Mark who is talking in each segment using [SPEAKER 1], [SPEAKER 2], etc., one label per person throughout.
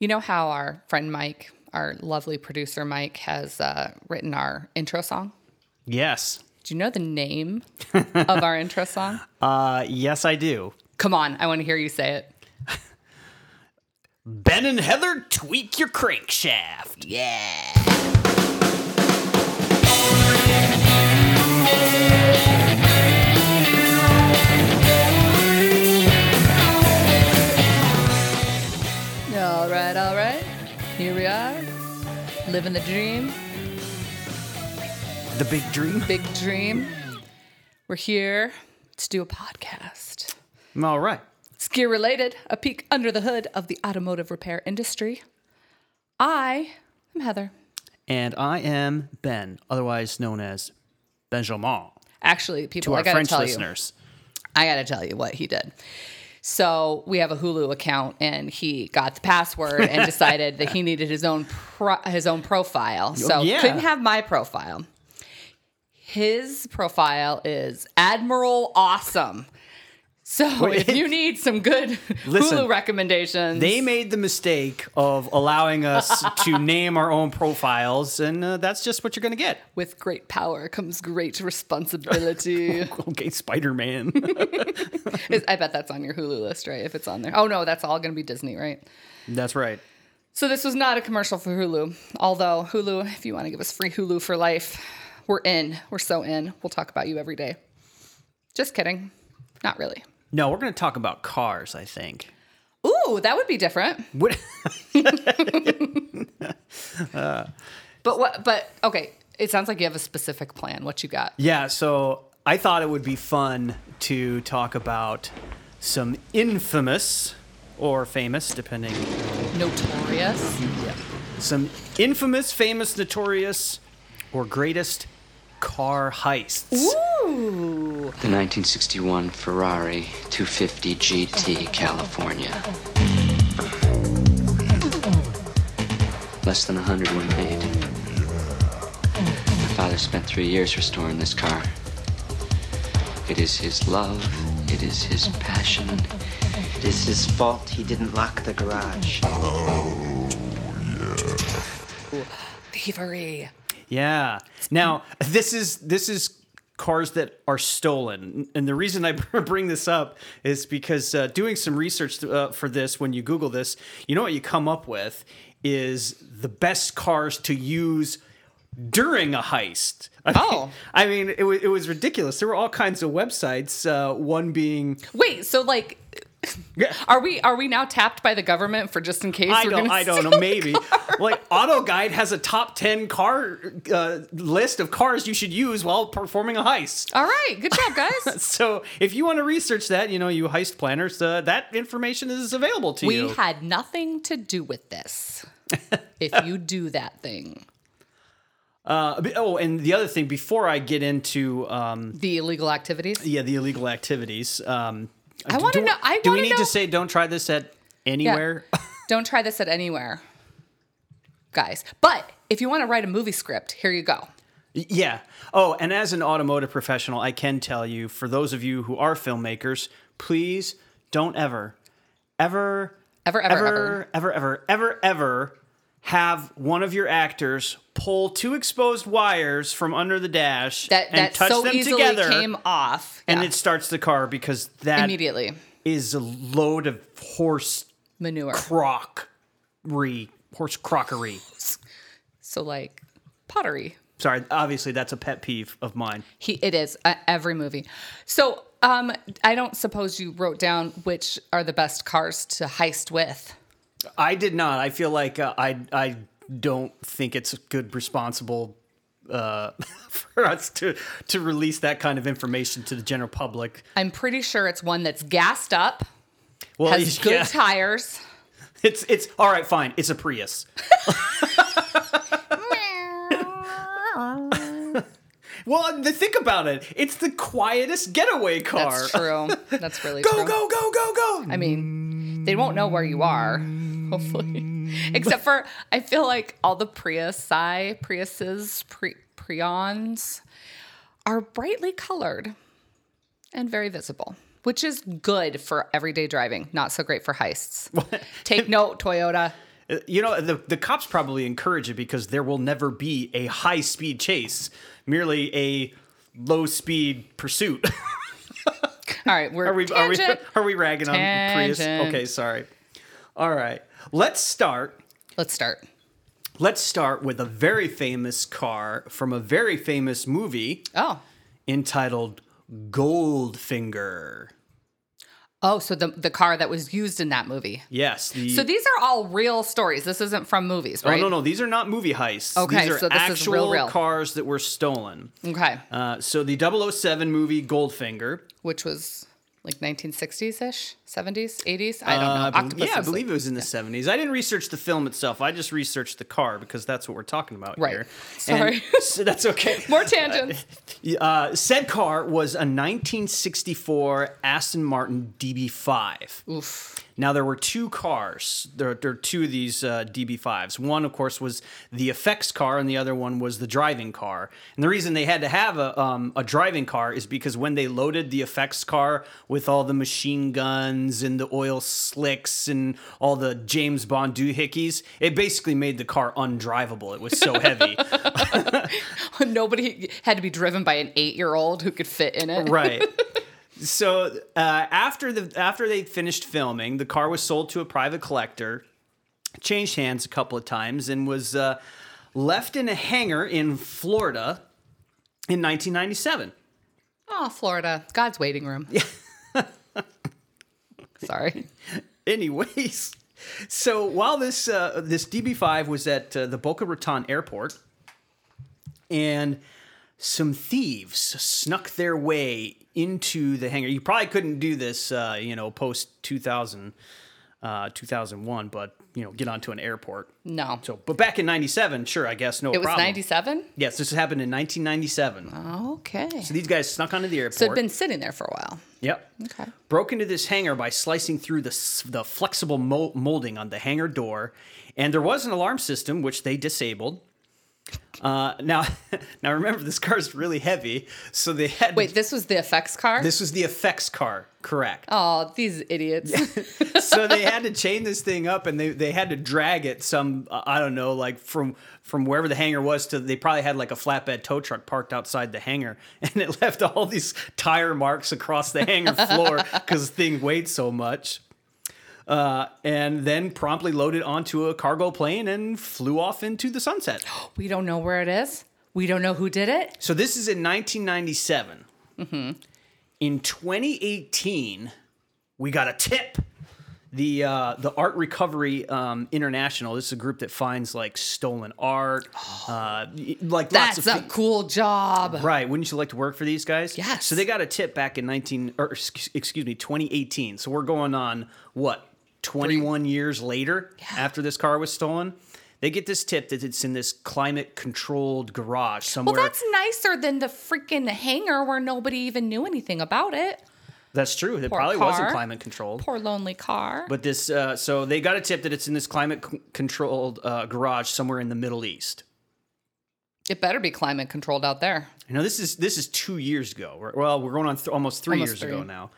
[SPEAKER 1] You know how our friend Mike, our lovely producer Mike, has uh, written our intro song?
[SPEAKER 2] Yes.
[SPEAKER 1] Do you know the name of our intro song?
[SPEAKER 2] Uh, yes, I do.
[SPEAKER 1] Come on, I want to hear you say it.
[SPEAKER 2] Ben and Heather tweak your crankshaft. Yeah.
[SPEAKER 1] All right, all right. Here we are, living the dream,
[SPEAKER 2] The big dream.
[SPEAKER 1] big dream. We're here to do a podcast.
[SPEAKER 2] All right.
[SPEAKER 1] It's gear related, a peek under the hood of the automotive repair industry. I am Heather.
[SPEAKER 2] And I am Ben, otherwise known as Benjamin
[SPEAKER 1] Actually,
[SPEAKER 2] to
[SPEAKER 1] people, I
[SPEAKER 2] our
[SPEAKER 1] gotta
[SPEAKER 2] French
[SPEAKER 1] tell you,
[SPEAKER 2] listeners.
[SPEAKER 1] I gotta tell you what he did. So we have a Hulu account, and he got the password and decided that he needed his own pro- his own profile. So
[SPEAKER 2] Oh, yeah.
[SPEAKER 1] couldn't have my profile. His profile is Admiral Awesome. So if you need some good
[SPEAKER 2] Listen,
[SPEAKER 1] Hulu recommendations,
[SPEAKER 2] They made the mistake of allowing us to name our own profiles, and uh, that's just what you're going to get.
[SPEAKER 1] with great power comes great responsibility.
[SPEAKER 2] Okay, Spider Man.
[SPEAKER 1] Is- I bet that's on your Hulu list, right? If it's on there. Oh no, that's all going to be Disney, right?
[SPEAKER 2] that's right.
[SPEAKER 1] So this was not a commercial for Hulu, although Hulu, if you want to give us free Hulu for life, we're in. We're so in. We'll talk about you every day. Just kidding. Not really.
[SPEAKER 2] No, we're going to talk about cars, I think.
[SPEAKER 1] Ooh, that would be different.
[SPEAKER 2] What?
[SPEAKER 1] But what but okay, it sounds like you have a specific plan. What you got?
[SPEAKER 2] Yeah, so I thought it would be fun to talk about some infamous or famous, depending.
[SPEAKER 1] Notorious.
[SPEAKER 2] Some infamous, famous, notorious, or greatest car heists.
[SPEAKER 1] Ooh.
[SPEAKER 3] The 1961 Ferrari 250 GT California. Less than 100 were made. My father spent three years restoring this car. It is his love, it is his passion.
[SPEAKER 4] It is his fault he didn't lock the garage.
[SPEAKER 1] Thievery.
[SPEAKER 2] Yeah. Now this is this is cars that are stolen, and the reason I bring this up is because uh, doing some research uh, for this, when you Google this, you know what you come up with is the best cars to use during a heist. I mean-
[SPEAKER 1] Oh.
[SPEAKER 2] I mean, it was it was ridiculous. There were all kinds of websites. Uh, one being
[SPEAKER 1] Wait, so like
[SPEAKER 2] Yeah.
[SPEAKER 1] are we are we now tapped by the government for just in case
[SPEAKER 2] I
[SPEAKER 1] we're
[SPEAKER 2] don't,
[SPEAKER 1] gonna
[SPEAKER 2] I don't
[SPEAKER 1] steal
[SPEAKER 2] know.
[SPEAKER 1] a
[SPEAKER 2] Maybe
[SPEAKER 1] car?
[SPEAKER 2] like Auto Guide has a top ten car uh, list of cars you should use while performing a heist.
[SPEAKER 1] All right, good job, guys.
[SPEAKER 2] So if you want to research that, you know, you heist planners, uh, that information is available to
[SPEAKER 1] we
[SPEAKER 2] you.
[SPEAKER 1] had nothing to do with this. if you do that thing.
[SPEAKER 2] uh, but- oh, and the other thing, before I get into um,
[SPEAKER 1] the illegal activities.
[SPEAKER 2] yeah the illegal activities, um,
[SPEAKER 1] I want to
[SPEAKER 2] do-
[SPEAKER 1] know. I
[SPEAKER 2] do we
[SPEAKER 1] wanna
[SPEAKER 2] need
[SPEAKER 1] know-
[SPEAKER 2] to say don't try this at anywhere?
[SPEAKER 1] Don't try this at anywhere, guys. But if you want to write a movie script, here you go.
[SPEAKER 2] yeah. Oh, and as an automotive professional, I can tell you, for those of you who are filmmakers, please don't ever, ever,
[SPEAKER 1] Ever, ever, ever.
[SPEAKER 2] ever, ever, ever, ever, ever have one of your actors pull two exposed wires from under the dash
[SPEAKER 1] That
[SPEAKER 2] and
[SPEAKER 1] that
[SPEAKER 2] touch
[SPEAKER 1] so
[SPEAKER 2] them
[SPEAKER 1] easily
[SPEAKER 2] together,
[SPEAKER 1] came off.
[SPEAKER 2] and
[SPEAKER 1] Yeah.
[SPEAKER 2] it starts the car because that is
[SPEAKER 1] immediately
[SPEAKER 2] a load of horse
[SPEAKER 1] manure.
[SPEAKER 2] crockery, horse crockery.
[SPEAKER 1] So like pottery.
[SPEAKER 2] Sorry, obviously that's a pet peeve of mine.
[SPEAKER 1] He it is uh, every movie. So um, I don't suppose you wrote down which are the best cars to heist with.
[SPEAKER 2] I did not. I feel like uh, I I don't think it's good responsible uh, for us to to release that kind of information to the general public.
[SPEAKER 1] I'm pretty sure it's one that's gassed up,
[SPEAKER 2] Well,
[SPEAKER 1] has good
[SPEAKER 2] yeah.
[SPEAKER 1] tires.
[SPEAKER 2] It's it's all right, fine. It's a Prius. well, the, think about it. It's the quietest getaway car.
[SPEAKER 1] That's true. That's really
[SPEAKER 2] Go
[SPEAKER 1] true.
[SPEAKER 2] go go go go.
[SPEAKER 1] I mean, they won't know where you are, hopefully. Except for, I feel like all the Priusi, Priuses, Pri- Prions are brightly colored and very visible, which is good for everyday driving, not so great for heists. Take note, Toyota.
[SPEAKER 2] Uh, You know, the, the cops probably encourage it because there will never be a high speed chase, merely a low speed pursuit.
[SPEAKER 1] All right, we're
[SPEAKER 2] are we are we
[SPEAKER 1] tangent.
[SPEAKER 2] are we ragging on Prius?
[SPEAKER 1] Tangent.
[SPEAKER 2] Okay, sorry. All right. Let's start
[SPEAKER 1] Let's start.
[SPEAKER 2] let's start with a very famous car from a very famous movie
[SPEAKER 1] Oh,
[SPEAKER 2] entitled Goldfinger.
[SPEAKER 1] oh, so the the car that was used in that movie.
[SPEAKER 2] Yes. The,
[SPEAKER 1] So these are all real stories. This isn't from movies,
[SPEAKER 2] Oh
[SPEAKER 1] right?
[SPEAKER 2] no no, these are not movie heists.
[SPEAKER 1] Okay,
[SPEAKER 2] these are
[SPEAKER 1] so this
[SPEAKER 2] actual
[SPEAKER 1] is real, real.
[SPEAKER 2] cars that were stolen.
[SPEAKER 1] Okay,
[SPEAKER 2] Uh, so the 007 movie Goldfinger.
[SPEAKER 1] which was like 1960s ish, 70s, 80s. I don't
[SPEAKER 2] Uh,
[SPEAKER 1] know.
[SPEAKER 2] I believe-
[SPEAKER 1] Octopus.
[SPEAKER 2] yeah, I
[SPEAKER 1] is, like,
[SPEAKER 2] believe it was in the 70s. I didn't research the film itself. I just researched the car because that's what we're talking about
[SPEAKER 1] Right.
[SPEAKER 2] here.
[SPEAKER 1] Sorry.
[SPEAKER 2] And- so that's okay.
[SPEAKER 1] More tangents.
[SPEAKER 2] Uh, said car was a 1964 Aston Martin DB5.
[SPEAKER 1] Oof.
[SPEAKER 2] Now there were two cars. There, there are two of these uh, DB5s. One, of course, was the effects car, and the other one was the driving car. And the reason they had to have a um, a driving car is because when they loaded the effects car with all the machine guns and the oil slicks and all the James Bond doohickeys, it basically made the car undrivable. It was so heavy.
[SPEAKER 1] Nobody had to be driven by an eight year old who could fit in it.
[SPEAKER 2] right so uh, after the after they finished filming the car was sold to a private collector changed hands a couple of times and was uh, left in a hangar in florida in 1997
[SPEAKER 1] Oh, Florida. God's waiting room. Sorry.
[SPEAKER 2] anyways so while this uh, this db5 was at uh, the boca raton airport and some thieves snuck their way into the hangar you probably couldn't do this uh, you know post 2000 uh, 2001 but you know get onto an airport
[SPEAKER 1] No.
[SPEAKER 2] so but back in 97 sure i guess no
[SPEAKER 1] it was
[SPEAKER 2] problem
[SPEAKER 1] 97?
[SPEAKER 2] yes this happened in 1997
[SPEAKER 1] Okay. So,
[SPEAKER 2] so these guys snuck onto the airport
[SPEAKER 1] it'd been sitting there for a while.
[SPEAKER 2] Yep.
[SPEAKER 1] Okay.
[SPEAKER 2] Broke into this hangar by slicing through the, s- the flexible mo- molding on the hangar door, and there was an alarm system which they disabled. Uh, now, now remember this car is really heavy, so they had
[SPEAKER 1] Wait, this was the effects car?
[SPEAKER 2] this was the effects car, correct?
[SPEAKER 1] oh, these idiots.
[SPEAKER 2] so they had to chain this thing up and they, they had to drag it some uh, i don't know like from from wherever the hangar was to they probably had like a flatbed tow truck parked outside the hangar and it left all these tire marks across the hangar floor because the thing weighed so much uh, and then promptly loaded onto a cargo plane and flew off into the sunset
[SPEAKER 1] we don't know where it is. We don't know who did it.
[SPEAKER 2] so this is in 1997 in 2018 we got a tip the uh, the art recovery um, international this is a group that finds like stolen art uh, y- like
[SPEAKER 1] Oh. That's
[SPEAKER 2] lots of
[SPEAKER 1] a
[SPEAKER 2] thi-
[SPEAKER 1] cool job.
[SPEAKER 2] right wouldn't you like to work for these guys
[SPEAKER 1] Yes.
[SPEAKER 2] so they got a tip back in 19 or excu- excuse me 2018 so we're going on what 21 years later after this car was stolen they get this tip that it's in this climate controlled garage somewhere
[SPEAKER 1] Well, that's nicer than the freaking hangar where nobody even knew anything about it.
[SPEAKER 2] That's true. It
[SPEAKER 1] Poor
[SPEAKER 2] probably wasn't
[SPEAKER 1] car.
[SPEAKER 2] climate controlled.
[SPEAKER 1] Poor lonely car.
[SPEAKER 2] But this, uh, so they got a tip that it's in this climate c- controlled uh, garage somewhere in the Middle East.
[SPEAKER 1] it better be climate controlled out there.
[SPEAKER 2] You know, this is this is two years ago. We're- Well, we're going on th- almost three
[SPEAKER 1] Almost
[SPEAKER 2] years
[SPEAKER 1] three.
[SPEAKER 2] ago now.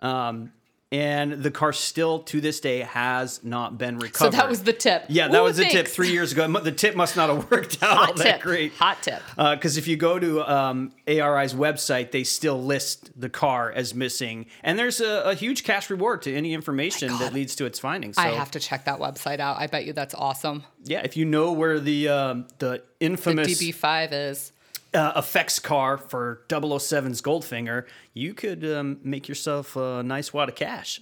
[SPEAKER 2] Um, and the car still to this day has not been
[SPEAKER 1] So
[SPEAKER 2] recovered.
[SPEAKER 1] that was the tip.
[SPEAKER 2] yeah, that
[SPEAKER 1] Ooh,
[SPEAKER 2] was the tip
[SPEAKER 1] thanks.
[SPEAKER 2] three years ago. It mu- The tip must not have worked out all
[SPEAKER 1] Hot
[SPEAKER 2] that
[SPEAKER 1] tip.
[SPEAKER 2] great.
[SPEAKER 1] Hot tip.
[SPEAKER 2] because Uh, if you go to um, ARI's website, they still list the car as missing, and there's a, a huge cash reward to any information that leads to its findings. So,
[SPEAKER 1] I have to check that website out. I bet you that's awesome.
[SPEAKER 2] yeah, if you know where the um, the
[SPEAKER 1] The
[SPEAKER 2] infamous
[SPEAKER 1] DB5 is.
[SPEAKER 2] uh, effects car for 007's Goldfinger, you could um, make yourself a nice wad of cash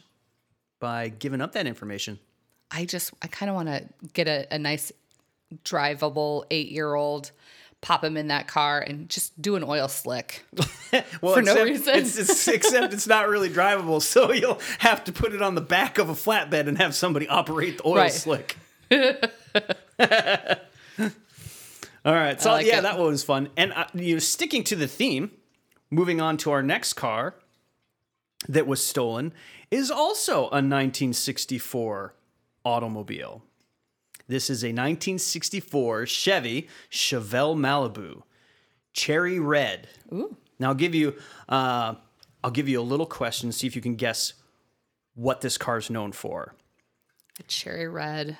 [SPEAKER 2] by giving up that information.
[SPEAKER 1] I just, I kind of want to get a, a nice drivable eight year old, pop him in that car and just do an oil slick.
[SPEAKER 2] Well,
[SPEAKER 1] For no
[SPEAKER 2] except
[SPEAKER 1] reason.
[SPEAKER 2] it's, it's, except it's not really drivable, so you'll have to put it on the back of a flatbed and have somebody operate the oil
[SPEAKER 1] Right.
[SPEAKER 2] slick. All right, so
[SPEAKER 1] I like
[SPEAKER 2] yeah,
[SPEAKER 1] it.
[SPEAKER 2] that one was fun. And uh, you know, sticking to the theme, moving on to our next car that was stolen is also a 1964 automobile. This is a 1964 Chevy Chevelle Malibu, cherry red. Now I'll give you uh, I'll give you a little question, see if you can guess what this car's known for.
[SPEAKER 1] A cherry red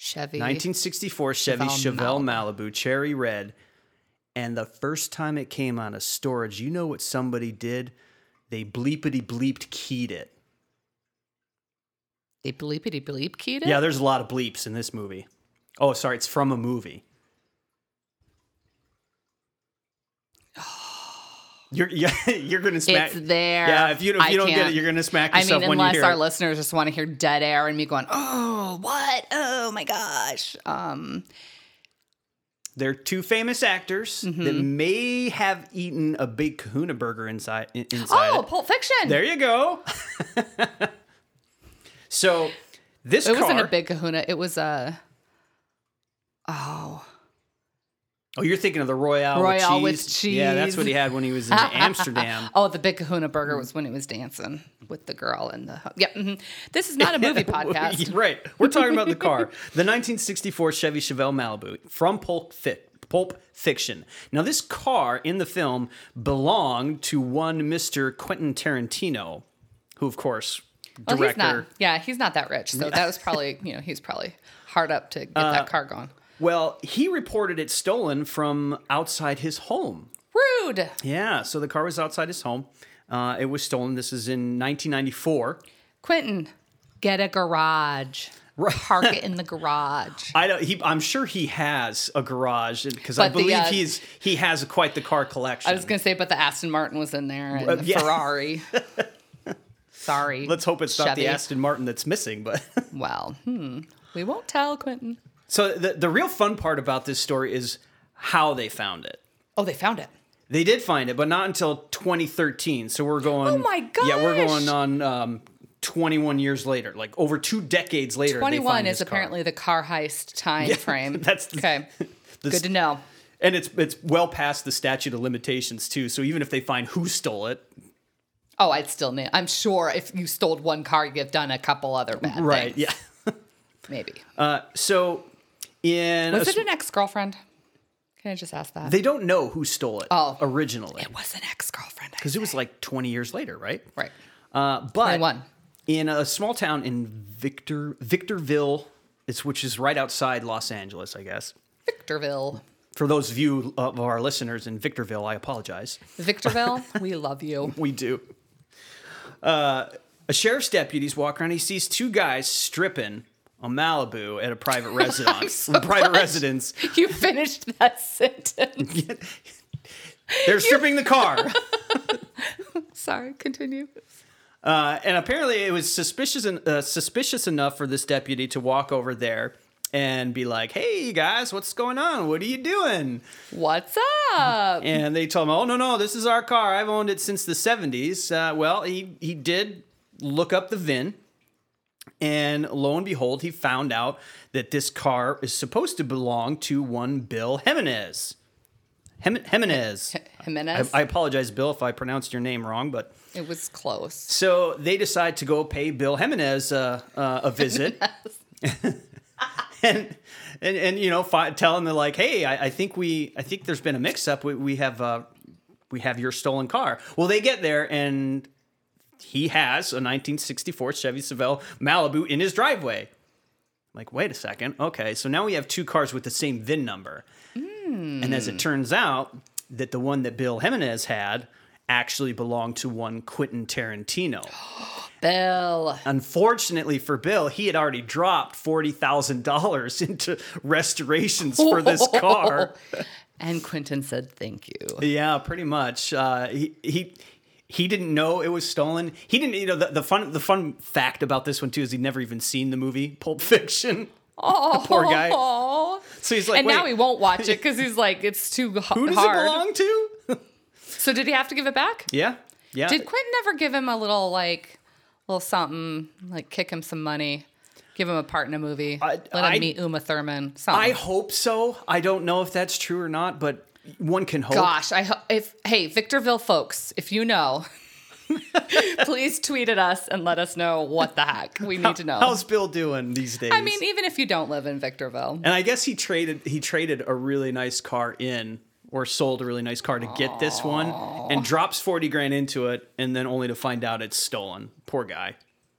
[SPEAKER 1] Chevy.
[SPEAKER 2] 1964 Chevy
[SPEAKER 1] Chevelle
[SPEAKER 2] Chevelle Malibu. Cherry Red. And the first time it came out of storage, you know what somebody did? They bleepity bleeped keyed it.
[SPEAKER 1] They bleepity bleep keyed it?
[SPEAKER 2] Yeah, there's a lot of bleeps in this movie. Oh, sorry, it's from a movie. You're yeah, you're gonna smack.
[SPEAKER 1] It's there.
[SPEAKER 2] Yeah, if you don't, if
[SPEAKER 1] I
[SPEAKER 2] you don't get
[SPEAKER 1] can't-
[SPEAKER 2] it, you're gonna smack
[SPEAKER 1] I
[SPEAKER 2] yourself
[SPEAKER 1] mean,
[SPEAKER 2] when you
[SPEAKER 1] unless
[SPEAKER 2] hear
[SPEAKER 1] our
[SPEAKER 2] it.
[SPEAKER 1] listeners just want to hear dead air and me going, "Oh, what? Oh my gosh!" Um,
[SPEAKER 2] They're two famous actors that
[SPEAKER 1] Mm-hmm.
[SPEAKER 2] may have eaten a big Kahuna burger inside. in- inside
[SPEAKER 1] oh,
[SPEAKER 2] it.
[SPEAKER 1] Pulp Fiction.
[SPEAKER 2] there you go. so this
[SPEAKER 1] it wasn't
[SPEAKER 2] car-
[SPEAKER 1] a big Kahuna. It was uh, a oh,
[SPEAKER 2] Oh, you're thinking of the Royale,
[SPEAKER 1] Royale
[SPEAKER 2] with
[SPEAKER 1] with
[SPEAKER 2] cheese. Yeah, that's
[SPEAKER 1] cheese.
[SPEAKER 2] what he had when he was in Amsterdam.
[SPEAKER 1] oh, the big Kahuna burger was when he was dancing with the girl and the. Yep. mhm. This is not a movie podcast.
[SPEAKER 2] right. We're talking about the car. The 1964 Chevy Chevelle Malibu from Pulp, Fi- Pulp Fiction. Now, this car in the film belonged to one Mr. Quentin Tarantino, who, of course,
[SPEAKER 1] Well,
[SPEAKER 2] director.
[SPEAKER 1] he's not. Yeah, he's not that rich, so that was probably you know he's probably hard up to get that car going.
[SPEAKER 2] Well, he reported it stolen from outside his home.
[SPEAKER 1] Rude.
[SPEAKER 2] Yeah, so the car was outside his home. Uh, it was stolen. This is in 1994.
[SPEAKER 1] Quentin, get a garage. Park it in the garage.
[SPEAKER 2] I don't, he, I'm sure he has a garage because I
[SPEAKER 1] But the,
[SPEAKER 2] believe
[SPEAKER 1] uh,
[SPEAKER 2] he's he has quite the car collection.
[SPEAKER 1] I was gonna say, but the Aston Martin was in there and
[SPEAKER 2] Uh,
[SPEAKER 1] the
[SPEAKER 2] yeah.
[SPEAKER 1] Ferrari. Sorry.
[SPEAKER 2] Let's hope it's not
[SPEAKER 1] Chevy.
[SPEAKER 2] the Aston Martin that's missing, but
[SPEAKER 1] Well, hmm. We won't tell Quentin.
[SPEAKER 2] so the the real fun part about this story is how they found it.
[SPEAKER 1] Oh, they found it.
[SPEAKER 2] They did find it, but not until 2013. So we're going.
[SPEAKER 1] Oh my
[SPEAKER 2] Yeah, we're
[SPEAKER 1] gosh!
[SPEAKER 2] going on um, 21 years later, like over two decades later. they
[SPEAKER 1] Twenty-one
[SPEAKER 2] find
[SPEAKER 1] is
[SPEAKER 2] this car.
[SPEAKER 1] apparently the car heist time frame.
[SPEAKER 2] that's the-
[SPEAKER 1] okay.
[SPEAKER 2] This-
[SPEAKER 1] Good to know.
[SPEAKER 2] and it's it's well past the statute of limitations too. So even if they find who stole it,
[SPEAKER 1] Oh, I'd still name. I'm sure if you stole one car, you've done a couple other bad
[SPEAKER 2] right?
[SPEAKER 1] things.
[SPEAKER 2] Yeah.
[SPEAKER 1] Maybe.
[SPEAKER 2] Uh, so in a
[SPEAKER 1] was it
[SPEAKER 2] sm-
[SPEAKER 1] an ex-girlfriend? Can I just ask that?
[SPEAKER 2] they don't know who stole it
[SPEAKER 1] Oh.
[SPEAKER 2] originally
[SPEAKER 1] it was an ex-girlfriend. I
[SPEAKER 2] because it
[SPEAKER 1] say.
[SPEAKER 2] was like 20 years later, right?
[SPEAKER 1] right.
[SPEAKER 2] Uh, but
[SPEAKER 1] 21.
[SPEAKER 2] in a small town in Victor Victorville, it's which is right outside Los Angeles, I guess.
[SPEAKER 1] Victorville.
[SPEAKER 2] For those of you uh, of our listeners in Victorville, I apologize.
[SPEAKER 1] Victorville, we love you.
[SPEAKER 2] We do. Uh, a sheriff's deputy's walking around. He sees two guys stripping a Malibu at a private residence. a private residence.
[SPEAKER 1] You finished that sentence.
[SPEAKER 2] They're stripping the car.
[SPEAKER 1] Sorry, continue.
[SPEAKER 2] Uh, and apparently, it was suspicious en- uh, suspicious enough for this deputy to walk over there and be like, "Hey, you guys, what's going on? What are you doing?"
[SPEAKER 1] What's up?
[SPEAKER 2] And they told him, "Oh no, no, this is our car. I've owned it since the '70s." Uh, well, he he did look up the VIN, and lo and behold, he found out that this car is supposed to belong to one Bill Jimenez. Hem- Jimenez. I,
[SPEAKER 1] Jimenez.
[SPEAKER 2] I apologize, Bill, if I pronounced your name wrong, but
[SPEAKER 1] it was close.
[SPEAKER 2] so they decide to go pay Bill Jimenez uh, uh, a visit. and, and and you know fi- tell him they're like, hey, I, I think we I think there's been a mix up. We, we have uh, we have your stolen car. Well, they get there and he has a 1964 Chevy Chevelle Malibu in his driveway. Like, wait a second. Okay, so now we have two cars with the same VIN number. And as it turns out, that the one that Bill Jimenez had actually belonged to one Quentin Tarantino.
[SPEAKER 1] Bill.
[SPEAKER 2] Unfortunately for Bill, he had already dropped forty thousand dollars into restorations for this car.
[SPEAKER 1] And Quentin said thank you.
[SPEAKER 2] Yeah, pretty much. Uh, he he he didn't know it was stolen. He didn't. You know, the, the fun the fun fact about this one too is he'd never even seen the movie Pulp Fiction.
[SPEAKER 1] Oh,
[SPEAKER 2] poor guy.
[SPEAKER 1] So
[SPEAKER 2] So he's like,
[SPEAKER 1] and now
[SPEAKER 2] "Wait,
[SPEAKER 1] he won't watch it because he's like, it's too h-
[SPEAKER 2] Who does
[SPEAKER 1] hard.
[SPEAKER 2] it belong to?
[SPEAKER 1] So did he have to give it back?
[SPEAKER 2] Yeah, yeah.
[SPEAKER 1] Did Quentin ever give him a little like, little something like kick him some money, give him a part in a movie,
[SPEAKER 2] I-
[SPEAKER 1] let him
[SPEAKER 2] I-
[SPEAKER 1] meet Uma Thurman?
[SPEAKER 2] I
[SPEAKER 1] Something.
[SPEAKER 2] hope so. I don't know if that's true or not, but one can hope.
[SPEAKER 1] Gosh, I ho- if hey Victorville folks, if you know, please tweet at us and let us know what the heck we need to know.
[SPEAKER 2] How's Bill doing these days?
[SPEAKER 1] I mean, even if you don't live in Victorville,
[SPEAKER 2] And I guess he traded he traded a really nice car in or sold a really nice car to get this one and drops 40 grand into it and then only to find out it's stolen. Poor guy.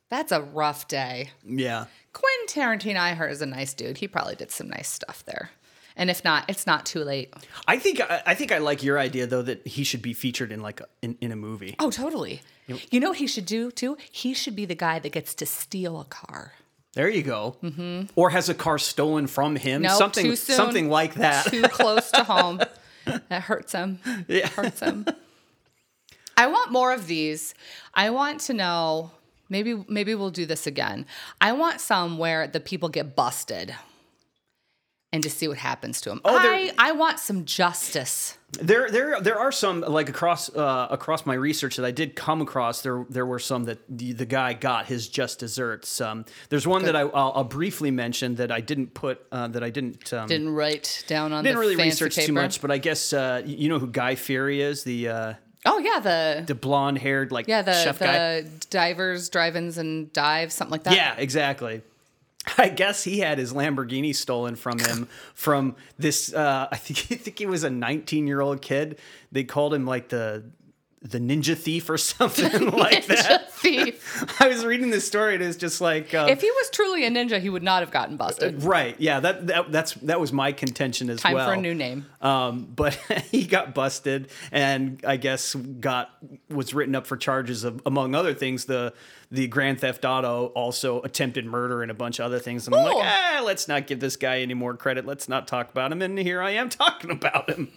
[SPEAKER 1] that's a rough day.
[SPEAKER 2] Yeah.
[SPEAKER 1] Quinn Tarantino I heard is a nice dude. He probably did some nice stuff there. And if not, it's not too late.
[SPEAKER 2] I think I, I think I like your idea though that he should be featured in like a, in, in a movie.
[SPEAKER 1] Oh, totally. You know what he should do too? He should be the guy that gets to steal a car.
[SPEAKER 2] There you go. Mm-hmm. Or has a car stolen from him?
[SPEAKER 1] Nope,
[SPEAKER 2] something
[SPEAKER 1] too soon.
[SPEAKER 2] something like that.
[SPEAKER 1] Too close to home. That hurts him.
[SPEAKER 2] Yeah.
[SPEAKER 1] Hurts him. I want more of these. I want to know. Maybe maybe we'll do this again. I want some where the people get busted, and to see what happens to them.
[SPEAKER 2] Oh, they're-
[SPEAKER 1] I I want some justice.
[SPEAKER 2] There, there, there are some like across uh, across my research that I did come across. There, there were some that the, the guy got his just desserts. Um, there's one that I, I'll, I'll briefly mention that I didn't put uh, that I didn't um,
[SPEAKER 1] Didn't write down on.
[SPEAKER 2] didn't
[SPEAKER 1] the
[SPEAKER 2] really
[SPEAKER 1] fancy
[SPEAKER 2] research
[SPEAKER 1] paper.
[SPEAKER 2] too much. But I guess uh, y- you know who Guy Fieri is the uh,
[SPEAKER 1] Oh yeah, the
[SPEAKER 2] the blonde haired like
[SPEAKER 1] yeah the,
[SPEAKER 2] chef guy.
[SPEAKER 1] the divers, drive-ins, and dives, something like that.
[SPEAKER 2] Yeah, exactly. I guess he had his Lamborghini stolen from him from this. Uh, I think I think he was a 19 year old kid. They called him like the the ninja thief or something like that.
[SPEAKER 1] thief.
[SPEAKER 2] I was reading this story and it's just like um,
[SPEAKER 1] If he was truly a ninja, he would not have gotten busted.
[SPEAKER 2] right, yeah. That, that that's that was my contention as
[SPEAKER 1] Time
[SPEAKER 2] well.
[SPEAKER 1] for a new name.
[SPEAKER 2] Um, but he got busted and I guess got was written up for charges of among other things the the Grand Theft Auto also attempted murder and a bunch of other things. And I'm
[SPEAKER 1] Cool.
[SPEAKER 2] like, eh, let's not give this guy any more credit. Let's not talk about him. And here I am talking about him.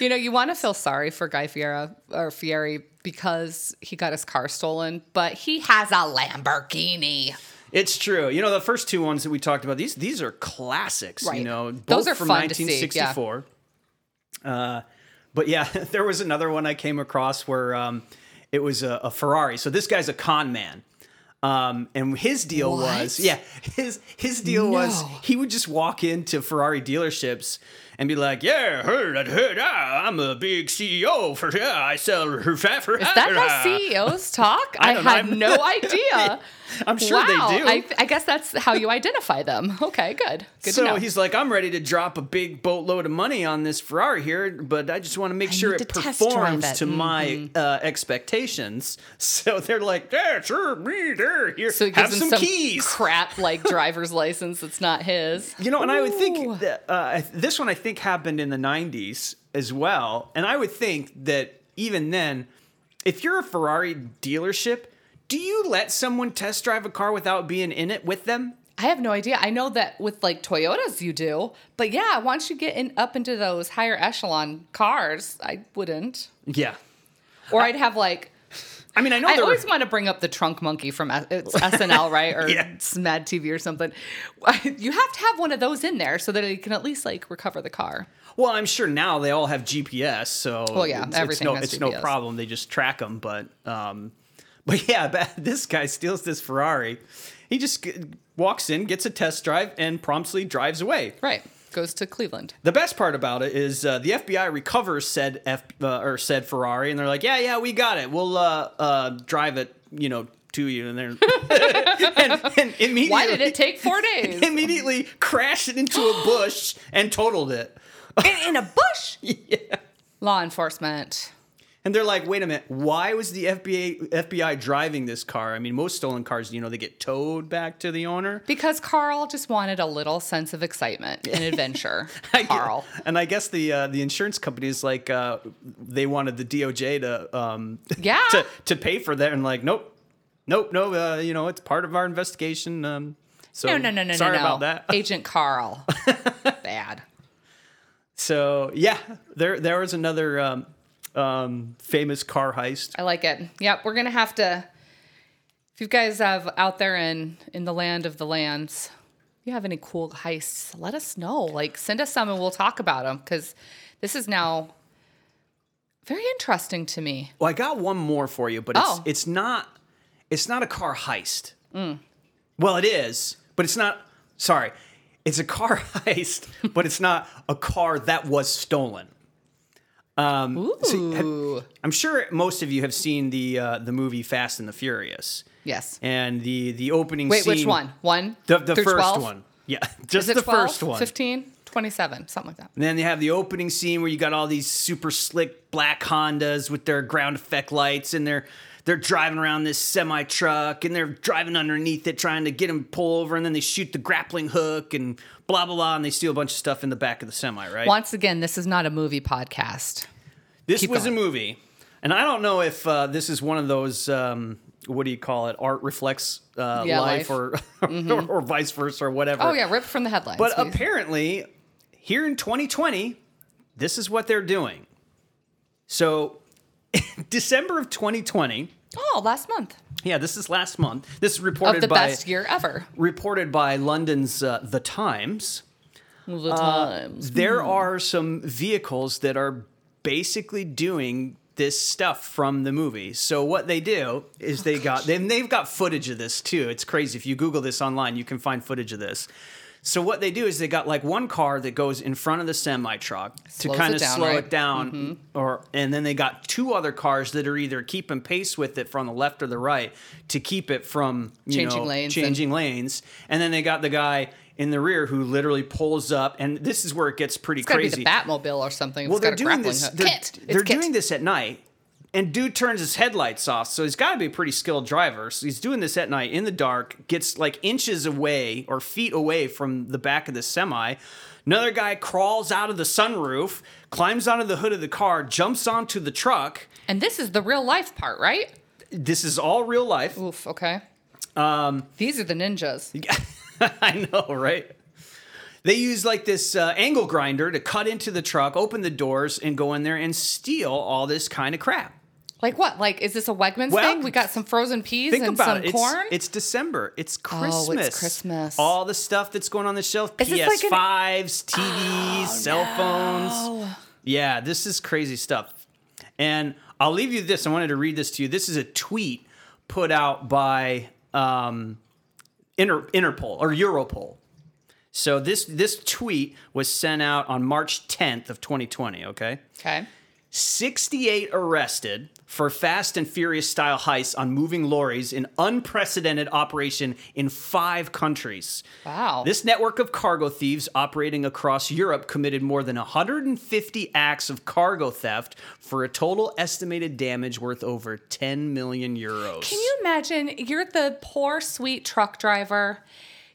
[SPEAKER 1] You know, you want to feel sorry for Guy Fieri or Fieri because he got his car stolen, but he has a Lamborghini.
[SPEAKER 2] It's true. You know, the first two ones that we talked about, these these are classics,
[SPEAKER 1] Right.
[SPEAKER 2] you know,
[SPEAKER 1] Those
[SPEAKER 2] both
[SPEAKER 1] are
[SPEAKER 2] from
[SPEAKER 1] fun to see, yeah.
[SPEAKER 2] 1964. Uh, but yeah, there was another one I came across where um, it was a, a Ferrari. So this guy's a con man. Um, and his deal was,
[SPEAKER 1] What?
[SPEAKER 2] yeah, his his deal was
[SPEAKER 1] No.
[SPEAKER 2] he would just walk into Ferrari dealerships and be like, yeah, heard, it, heard, ah, I'm a big CEO for yeah, I sell Ferrari.
[SPEAKER 1] Is that how CEOs talk? I,
[SPEAKER 2] don't know.
[SPEAKER 1] had
[SPEAKER 2] I'm-
[SPEAKER 1] no idea.
[SPEAKER 2] I'm sure
[SPEAKER 1] wow.
[SPEAKER 2] they do.
[SPEAKER 1] I, I guess that's how you identify them. Okay, good. Good
[SPEAKER 2] so
[SPEAKER 1] to know.
[SPEAKER 2] he's like, I'm ready to drop a big boatload of money on this Ferrari here, but I just want to make sure
[SPEAKER 1] need
[SPEAKER 2] it
[SPEAKER 1] to test drive
[SPEAKER 2] performs
[SPEAKER 1] it. Mm-hmm.
[SPEAKER 2] to my uh, expectations. So they're like, yeah, sure, me, there, here,
[SPEAKER 1] so he
[SPEAKER 2] have
[SPEAKER 1] gives him some
[SPEAKER 2] some, keys.
[SPEAKER 1] crap like driver's license that's not his.
[SPEAKER 2] you know, and I would
[SPEAKER 1] Ooh.
[SPEAKER 2] think that, uh, I- this one I think happened in the 90s as well. And I would think that even then, if you're a Ferrari dealership, do you let someone test drive a car without being in it with them?
[SPEAKER 1] I have no idea. I know that with like Toyotas you do, but yeah, once you get in up into those higher echelon cars, I wouldn't.
[SPEAKER 2] Yeah.
[SPEAKER 1] Or I'd have like
[SPEAKER 2] I mean, I know
[SPEAKER 1] I
[SPEAKER 2] there were-
[SPEAKER 1] always want to bring up the trunk monkey from S- it's SNL, right? Or
[SPEAKER 2] Yeah.
[SPEAKER 1] it's Mad TV or something. You have to have one of those in there so that it can at least like recover the car.
[SPEAKER 2] Well, I'm sure now they all have GPS, so
[SPEAKER 1] Well, yeah, everything
[SPEAKER 2] it's no,
[SPEAKER 1] has
[SPEAKER 2] it's no
[SPEAKER 1] GPS.
[SPEAKER 2] problem. They just track them, but um, but yeah, ba- this guy steals this Ferrari. He just g- walks in, gets a test drive, and promptly drives away.
[SPEAKER 1] Right. Goes to Cleveland.
[SPEAKER 2] The best part about it is uh, the FBI recovers said F- uh, or said Ferrari, and they're like, "Yeah, yeah, we got it. We'll uh, uh, drive it, you know, to you." And they're and, and immediately
[SPEAKER 1] Why did it take four days? in,
[SPEAKER 2] immediately crashed it into a bush and totaled it.
[SPEAKER 1] in a bush? Yeah. Law enforcement.
[SPEAKER 2] And they're like, wait a minute, why was the FBI FBI driving this car? I mean, most stolen cars, you know, they get towed back to the owner.
[SPEAKER 1] Because Carl just wanted a little sense of excitement and adventure. Carl.
[SPEAKER 2] And I guess the uh, the insurance company is like, uh, they wanted the DOJ to um,
[SPEAKER 1] Yeah.
[SPEAKER 2] to to pay for that, and like, nope, nope, no, uh, you know, it's part of our investigation. Um, so
[SPEAKER 1] No, no, no, no,
[SPEAKER 2] sorry
[SPEAKER 1] no, no.
[SPEAKER 2] about that.
[SPEAKER 1] Agent Carl. Bad.
[SPEAKER 2] So yeah, there there was another um, um, famous car heist.
[SPEAKER 1] I like it. Yep, we're gonna have to. If you guys have out there in in the land of the lands, you have any cool heists, let us know. Like, send us some and we'll talk about them because this is now very interesting to me.
[SPEAKER 2] Well, I got one more for you, but it's
[SPEAKER 1] Oh. Mm.
[SPEAKER 2] it's not it's not a car heist. Well, it is, but it's not. Sorry, it's a car heist, but it's not a car that was stolen. Um,
[SPEAKER 1] Ooh,
[SPEAKER 2] I'm sure most of you have seen the uh, the movie Fast and the Furious,
[SPEAKER 1] yes.
[SPEAKER 2] and the the opening.
[SPEAKER 1] Wait,
[SPEAKER 2] scene,
[SPEAKER 1] which one? One.
[SPEAKER 2] The, the
[SPEAKER 1] through
[SPEAKER 2] first
[SPEAKER 1] 12?
[SPEAKER 2] one. Yeah,
[SPEAKER 1] Is
[SPEAKER 2] just
[SPEAKER 1] it
[SPEAKER 2] the
[SPEAKER 1] 12,
[SPEAKER 2] first one.
[SPEAKER 1] 15, 27, something like that.
[SPEAKER 2] And then they have the opening scene where you got all these super slick black Hondas with their ground effect lights and they're they're driving around this semi truck and they're driving underneath it trying to get him pull over and then they shoot the grappling hook and blah blah blah and they steal a bunch of stuff in the back of the semi, right?
[SPEAKER 1] Once again, this is not a movie podcast.
[SPEAKER 2] this
[SPEAKER 1] keep
[SPEAKER 2] was
[SPEAKER 1] going.
[SPEAKER 2] a movie. And I don't know if uh, this is one of those um, what do you call it? Art reflects uh,
[SPEAKER 1] Yeah,
[SPEAKER 2] life,
[SPEAKER 1] life. Mm-hmm.
[SPEAKER 2] Or, or vice versa or whatever.
[SPEAKER 1] Oh yeah, ripped from the headlines.
[SPEAKER 2] But
[SPEAKER 1] We-
[SPEAKER 2] apparently, here in 2020, this is what they're doing. So, December of 2020.
[SPEAKER 1] oh, last month
[SPEAKER 2] Yeah, this is last month. This is
[SPEAKER 1] of
[SPEAKER 2] reported
[SPEAKER 1] the
[SPEAKER 2] by
[SPEAKER 1] best year ever.
[SPEAKER 2] reported by London's uh, The Times. uh,
[SPEAKER 1] The times.
[SPEAKER 2] There are some vehicles that are basically doing this stuff from the movie. So what they
[SPEAKER 1] Oh,
[SPEAKER 2] do is they got then they've got footage of this too. It's crazy. If you Google this online, you can find footage of this. So what they do is they got like one car that goes in front of the semi truck to
[SPEAKER 1] Slows
[SPEAKER 2] kind
[SPEAKER 1] it
[SPEAKER 2] of
[SPEAKER 1] down,
[SPEAKER 2] slow
[SPEAKER 1] right? Mm-hmm.
[SPEAKER 2] it down, or and then they got two other cars that are either keeping pace with it from the left or the right to keep it from you
[SPEAKER 1] Changing
[SPEAKER 2] know,
[SPEAKER 1] lanes and-
[SPEAKER 2] changing changing lanes, and then they got the guy in the rear who literally pulls up, and this is where it gets pretty
[SPEAKER 1] It's got to be
[SPEAKER 2] crazy.
[SPEAKER 1] the Batmobile or something.
[SPEAKER 2] well,
[SPEAKER 1] it's got
[SPEAKER 2] they're
[SPEAKER 1] a grappling
[SPEAKER 2] doing this.
[SPEAKER 1] hook.
[SPEAKER 2] They're,
[SPEAKER 1] Kit. It's
[SPEAKER 2] they're
[SPEAKER 1] Kit.
[SPEAKER 2] doing this at night, and dude turns his headlights off, so he's got to be a pretty skilled driver. So he's doing this at night in the dark, gets like inches away or feet away from the back of the semi. Another guy crawls out of the sunroof, climbs onto the hood of the car, jumps onto the truck.
[SPEAKER 1] And this is the real life part, right?
[SPEAKER 2] This is all real life.
[SPEAKER 1] Oof. Okay. Um, These are the ninjas.
[SPEAKER 2] I know, right? They use like this uh, angle grinder to cut into the truck, open the doors, and go in there and steal all this kind of crap.
[SPEAKER 1] Like what? Like is this a Wegmans
[SPEAKER 2] Well,
[SPEAKER 1] thing? We got some frozen peas
[SPEAKER 2] Think
[SPEAKER 1] and
[SPEAKER 2] about
[SPEAKER 1] some
[SPEAKER 2] it. It's-
[SPEAKER 1] corn. Oh,
[SPEAKER 2] It's, December. It's Christmas.
[SPEAKER 1] it's Christmas.
[SPEAKER 2] All the stuff that's going on the shelf:
[SPEAKER 1] Is this like an- Oh,
[SPEAKER 2] PS5s, TVs, cell phones. Yeah, this is crazy stuff. And I'll leave you this. I wanted to read this to you. This is a tweet put out by um, Inter- Interpol or Europol. So this this tweet was sent out on March 10th of 2020. Okay.
[SPEAKER 1] okay.
[SPEAKER 2] 68 arrested for fast and furious style heists on moving lorries in unprecedented operation in five countries.
[SPEAKER 1] Wow.
[SPEAKER 2] This network of cargo thieves operating across Europe committed more than 150 acts of cargo theft for a total estimated damage worth over 10 million euros.
[SPEAKER 1] Can you imagine? You're the poor, sweet truck driver.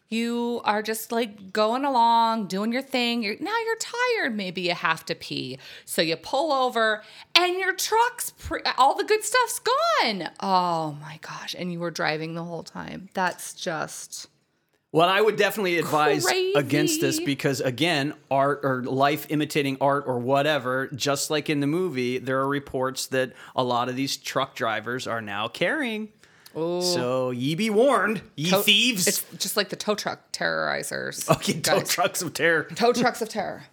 [SPEAKER 1] You are just like going along, doing your thing. You're, now you're tired. Maybe you have to pee. So you pull over and your truck's, pre- all the good stuff's gone. Oh my gosh. And you were driving the whole time. That's just.
[SPEAKER 2] Well, I would definitely advise
[SPEAKER 1] Crazy.
[SPEAKER 2] against this because again, art or life imitating art or whatever, just like in the movie, there are reports that a lot of these truck drivers are now carrying. So ye be warned, ye
[SPEAKER 1] tow-
[SPEAKER 2] thieves.
[SPEAKER 1] Oh. It's just like the tow truck terrorizers.
[SPEAKER 2] okay, tow
[SPEAKER 1] guys.
[SPEAKER 2] trucks of terror.
[SPEAKER 1] Tow trucks of terror.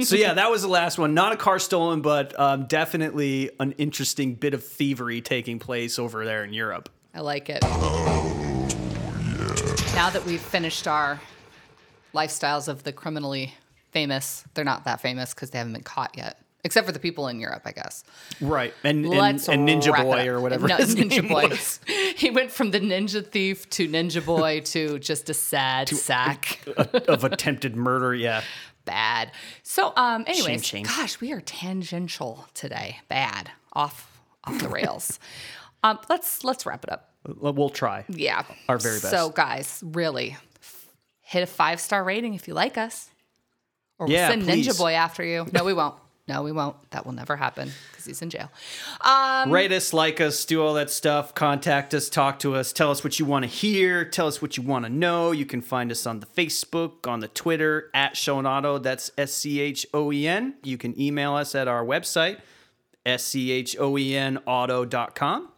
[SPEAKER 2] so yeah, that was the last one. Not a car stolen, but um, definitely an interesting bit of thievery taking place over there in Europe.
[SPEAKER 1] I like it. Now that we've finished our lifestyles of the criminally famous, they're not that famous because they haven't been caught yet, except for the people in Europe, I guess.
[SPEAKER 2] Right, and and,
[SPEAKER 1] Let's
[SPEAKER 2] and Ninja
[SPEAKER 1] wrap it
[SPEAKER 2] Boy
[SPEAKER 1] up.
[SPEAKER 2] or whatever
[SPEAKER 1] No,
[SPEAKER 2] his
[SPEAKER 1] Ninja
[SPEAKER 2] name
[SPEAKER 1] Boy.
[SPEAKER 2] was.
[SPEAKER 1] He went from the ninja thief to Ninja Boy to just a sad sack.
[SPEAKER 2] of attempted murder. Yeah.
[SPEAKER 1] Bad. So, um, anyways,
[SPEAKER 2] shame.
[SPEAKER 1] gosh, we are tangential today. Bad. Off, off the rails. um, let's let's wrap it up.
[SPEAKER 2] We'll try.
[SPEAKER 1] Yeah.
[SPEAKER 2] Our very best.
[SPEAKER 1] So, guys, really hit a five star rating if you like us. Or we'll
[SPEAKER 2] Yeah,
[SPEAKER 1] send
[SPEAKER 2] please.
[SPEAKER 1] Ninja Boy after you. No, we won't. No, we won't. That will never happen because he's in jail. Um,
[SPEAKER 2] Rate us, like us, do all that stuff. Contact us, talk to us, tell us what you want to hear, tell us what you want to know. You can find us on the Facebook, on the Twitter, at Shonado. That's S C H O E N. You can email us at our website, S C H O E N auto.com.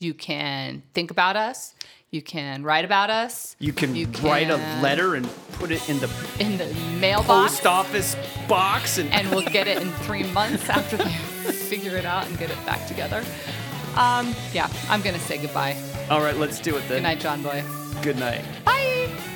[SPEAKER 1] you can think about us. You can write about us.
[SPEAKER 2] You can write a
[SPEAKER 1] can-
[SPEAKER 2] letter and put it in the
[SPEAKER 1] in the mailbox,
[SPEAKER 2] post office box. And,
[SPEAKER 1] and we'll get it in three months after they figure it out and get it back together. Um, yeah, I'm gonna say goodbye.
[SPEAKER 2] all right, let's do it then.
[SPEAKER 1] Good night, John Boy.
[SPEAKER 2] Good night.
[SPEAKER 1] Bye.